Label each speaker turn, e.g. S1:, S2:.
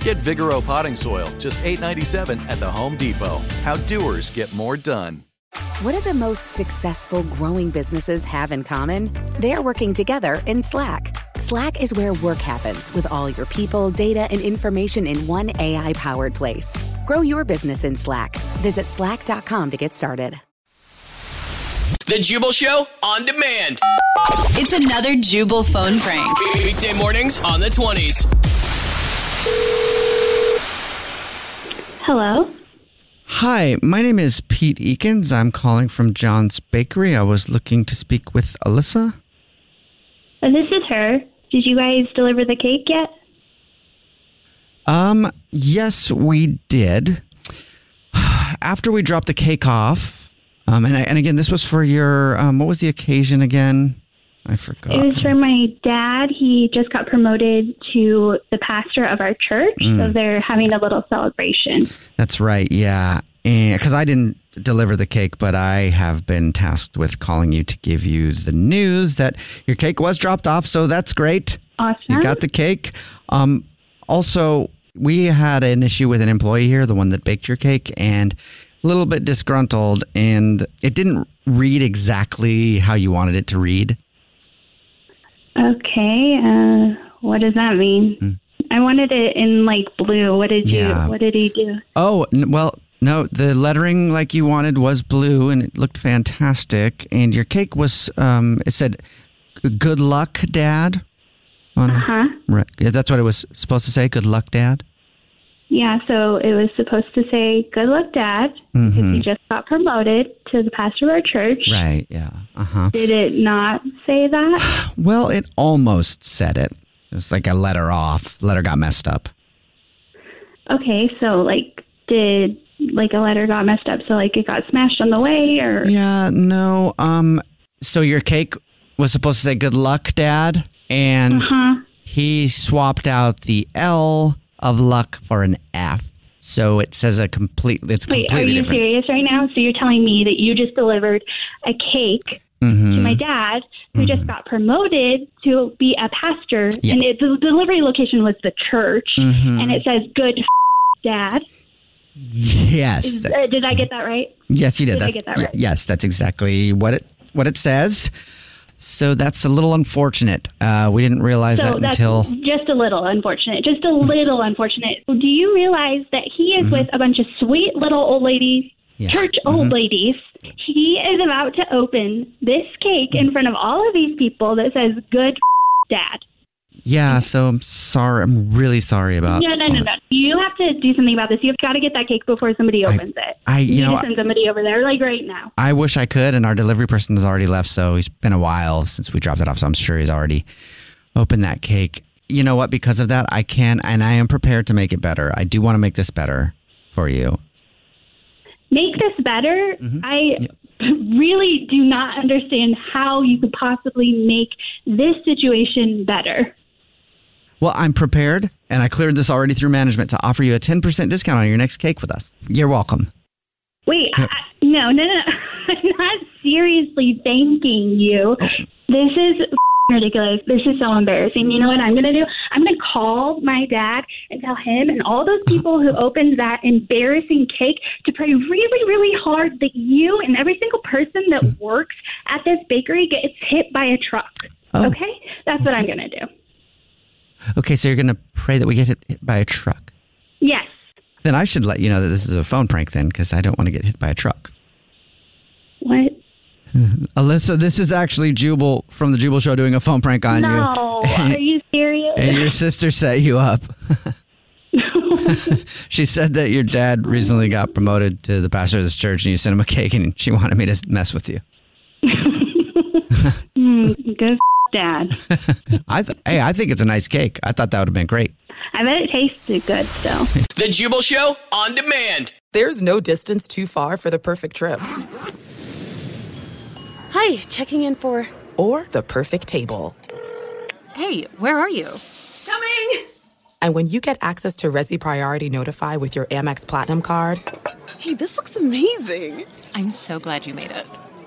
S1: Get Vigoro potting soil, just $8.97 at the Home Depot. How doers get more done.
S2: What do the most successful growing businesses have in common? They're working together in Slack. Slack is where work happens with all your people, data, and information in one AI powered place. Grow your business in Slack. Visit slack.com to get started.
S3: The Jubal Show on demand.
S4: It's another Jubal phone prank.
S3: Weekday mornings on the 20s.
S5: Hello.
S6: Hi, my name is Pete Eakins. I'm calling from John's Bakery. I was looking to speak with Alyssa.
S5: And Oh, this is her. Did you guys deliver the cake yet?
S6: Um, yes, we did. After we dropped the cake off, um, and, I, and again, this was for your, um, what was the occasion again? I forgot.
S5: It was for my dad. He just got promoted to the pastor of our church,
S6: Mm.
S5: so they're having a little celebration.
S6: That's right, yeah. Because I didn't deliver the cake, but I have been tasked with calling you to give you the news that your cake was dropped off. So that's great.
S5: Awesome.
S6: You got the cake. Um, also, we had an issue with an employee here, the one that baked your cake, and a little bit disgruntled, and it didn't read exactly how you wanted it to read.
S5: okay. Uh, what does that mean? I wanted it in like blue. What did
S6: Mm. Yeah.
S5: you? What did he do?
S6: Oh, n- well, no, the lettering like you wanted was blue and it looked fantastic. And your cake was, um, it said, Good luck, Dad. On,
S5: Huh?
S6: right, yeah, that's what it was supposed to say. Good luck, Dad.
S5: Yeah. So it was supposed to say, "Good luck, Dad," because he just got promoted to the pastor of our church.
S6: Mm-hmm. Right, yeah. Uh huh.
S5: Did it not say that?
S6: Well, it almost said it. It was like a letter off. Letter got messed up.
S5: okay. So like, did like a letter got messed up? So like, it got smashed on the way, or
S6: Yeah, no. Um, so your cake was supposed to say "Good luck, Dad," and
S5: Mm-hmm.
S6: he swapped out the L of luck for an F. So it says a complete. It's
S5: Wait, are
S6: completely
S5: you
S6: different.
S5: serious right now? So you're telling me that you just delivered a cake to
S6: Mm-hmm.
S5: my dad, who just got promoted to be a pastor,
S6: Yeah. Mm-hmm.
S5: and it, the delivery location was the church, and it says "Good Dad."
S6: Yes,
S5: Is- uh,
S6: that's-
S5: did I get that right?
S6: yes, you did.
S5: did I
S6: that's,
S5: get that
S6: y-
S5: right?
S6: Yes, that's exactly what it what it says. So that's a little unfortunate. Uh, we didn't realize
S5: So
S6: that
S5: that's
S6: until
S5: just a little unfortunate. Just a little unfortunate. Do you realize that he
S6: Mm-hmm.
S5: is with a bunch of sweet little old ladies,
S6: Yeah.
S5: church old ladies? He is about to open this cake in front of all of these people that says "Good Dad."
S6: yeah. So I'm sorry. I'm really sorry about.
S5: No, no, no, no. You have to do something about this. You've got to get that cake before somebody opens it.
S6: I- you
S5: need
S6: know,
S5: to send somebody over there, like right now.
S6: I wish I could, and our delivery person has already left, so it's been a while since we dropped it off, so I'm sure he's already opened that cake. You know what? Because of that, I can, and I am prepared to make it better. I do want to make this better for you.
S5: Make this better.
S6: Mm-hmm.
S5: I really do not understand how you could possibly make this situation better.
S6: Well, I'm prepared, and I cleared this already through management to offer you a 10% discount on your next cake with us. You're welcome.
S5: Wait, I, I- no, no, no. I'm not seriously thanking you. This is ridiculous. This is so embarrassing. You know what I'm going to do? I'm going to call my dad and tell him and all those people who opened that embarrassing cake to pray really, really hard that you and every single person that works at this bakery gets hit by a truck.
S6: Oh.
S5: Okay? That's what I'm going to do.
S6: Okay, so you're going to pray that we get hit, hit by a truck.
S5: Yes.
S6: Then I should let you know that this is a phone prank, then, because I don't want to get hit by a truck. Alyssa, this is actually Jubal from the Jubal Show doing a phone prank on
S5: No,
S6: you.
S5: are you serious?
S6: And your sister set you up. she said that your dad recently got promoted to the pastor of this church and you sent him a cake and she wanted me to mess with you.
S5: Go f- dad.
S6: I th- hey, I think it's a nice cake. I thought that would have been great.
S5: I bet it tasted good still.
S3: The Jubal Show on demand.
S7: There's no distance too far for the perfect trip
S8: Hi, checking in for.
S7: or the perfect table.
S4: Hey, where are you?
S7: And when you get access to Resi Priority Notify with your Amex Platinum card
S8: Hey, this looks amazing!
S4: I'm so glad you made it.